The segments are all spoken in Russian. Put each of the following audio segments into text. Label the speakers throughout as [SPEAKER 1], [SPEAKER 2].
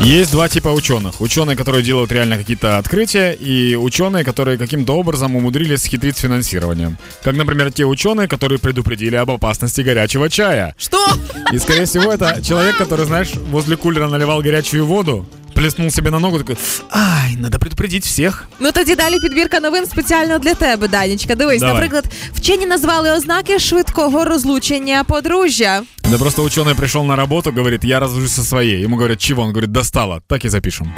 [SPEAKER 1] Есть два типа ученых. Ученые, которые делают реально какие-то открытия, и ученые, которые каким-то образом умудрились схитрить с финансированием. Как, например, те ученые, которые предупредили об опасности горячего чая.
[SPEAKER 2] Что?
[SPEAKER 1] И, скорее всего, это человек, который, знаешь, возле кулера наливал горячую воду, плеснул себе на ногу, такой, ай, надо предупредить всех.
[SPEAKER 2] Ну тоді далі підбірка новин спеціально для тебе, Данічка. Дивись,
[SPEAKER 1] Давай.
[SPEAKER 2] наприклад, вчені назвали ознаки швидкого розлучення подружжя.
[SPEAKER 1] Да просто ученый пришел на работу, говорит, я развожусь со своей. Ему говорят, чего? Он говорит, достала. Так и запишем.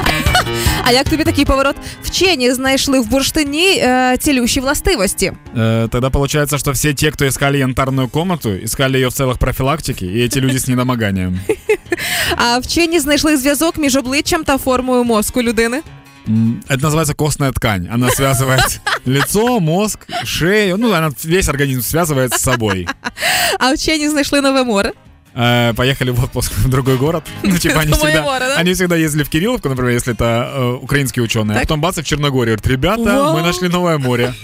[SPEAKER 2] А як тобі такий поворот? Вчені знайшли в бурштині е, цілющі властивості.
[SPEAKER 1] Э, тогда получается, что все те, кто искали янтарную комнату, искали ее в целых профилактике, и эти люди с недомоганием.
[SPEAKER 2] А вчені знайшли зв'язок між обличчям та формою мозку людини.
[SPEAKER 1] М, Это называется костная ткань. Она связывает лицо, мозг, шею. Ну, она весь организм связывает с собой.
[SPEAKER 2] А вчені знайшли нове море.
[SPEAKER 1] Э, Поехали в отпуск в другой город. Ну, типа, они
[SPEAKER 2] Это мое море,
[SPEAKER 1] всегда,
[SPEAKER 2] да?
[SPEAKER 1] они всегда ездили в Кирилловку, например, если это э, украинские ученые. А
[SPEAKER 2] Так.
[SPEAKER 1] потом бац, и в Черногорию. Говорят, ребята,
[SPEAKER 2] Вау.
[SPEAKER 1] мы нашли новое море.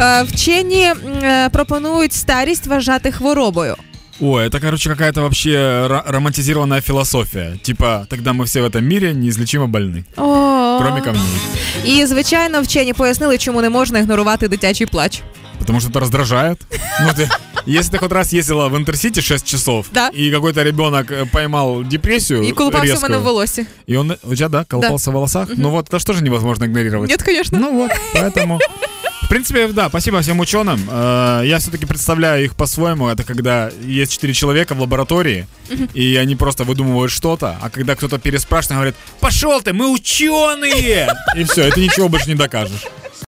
[SPEAKER 2] Е, вчені м, е, пропонують старість вважати хворобою.
[SPEAKER 1] О, это, короче, какая-то вообще ро- романтизированная философия. Типа, тогда мы все в этом мире неизлечимо больны.
[SPEAKER 2] О.
[SPEAKER 1] Кроме камней.
[SPEAKER 2] І звичайно, вчені пояснили, чому не можна ігнорувати дитячий плач.
[SPEAKER 1] Потому что это раздражает. Ну, ты- если ты хоть раз ездила в Интерсити 6 часов,
[SPEAKER 2] Да.
[SPEAKER 1] и какой-то ребенок э, поймал депрессию
[SPEAKER 2] І колупався в мене
[SPEAKER 1] резкую,
[SPEAKER 2] в волосі.
[SPEAKER 1] и он у тебя, да, колупался в волосах, ну вот, это же тоже невозможно игнорировать.
[SPEAKER 2] Ні, звісно.
[SPEAKER 1] Ну вот, поэтому... В принципе, да, спасибо всем ученым. Э, Я все-таки представляю их по-своему. Это когда есть четыре человека в лаборатории, и они просто выдумывают что-то, а когда кто-то переспрашивает, говорит, пошел ты, мы ученые! И все, это ничего больше не докажешь.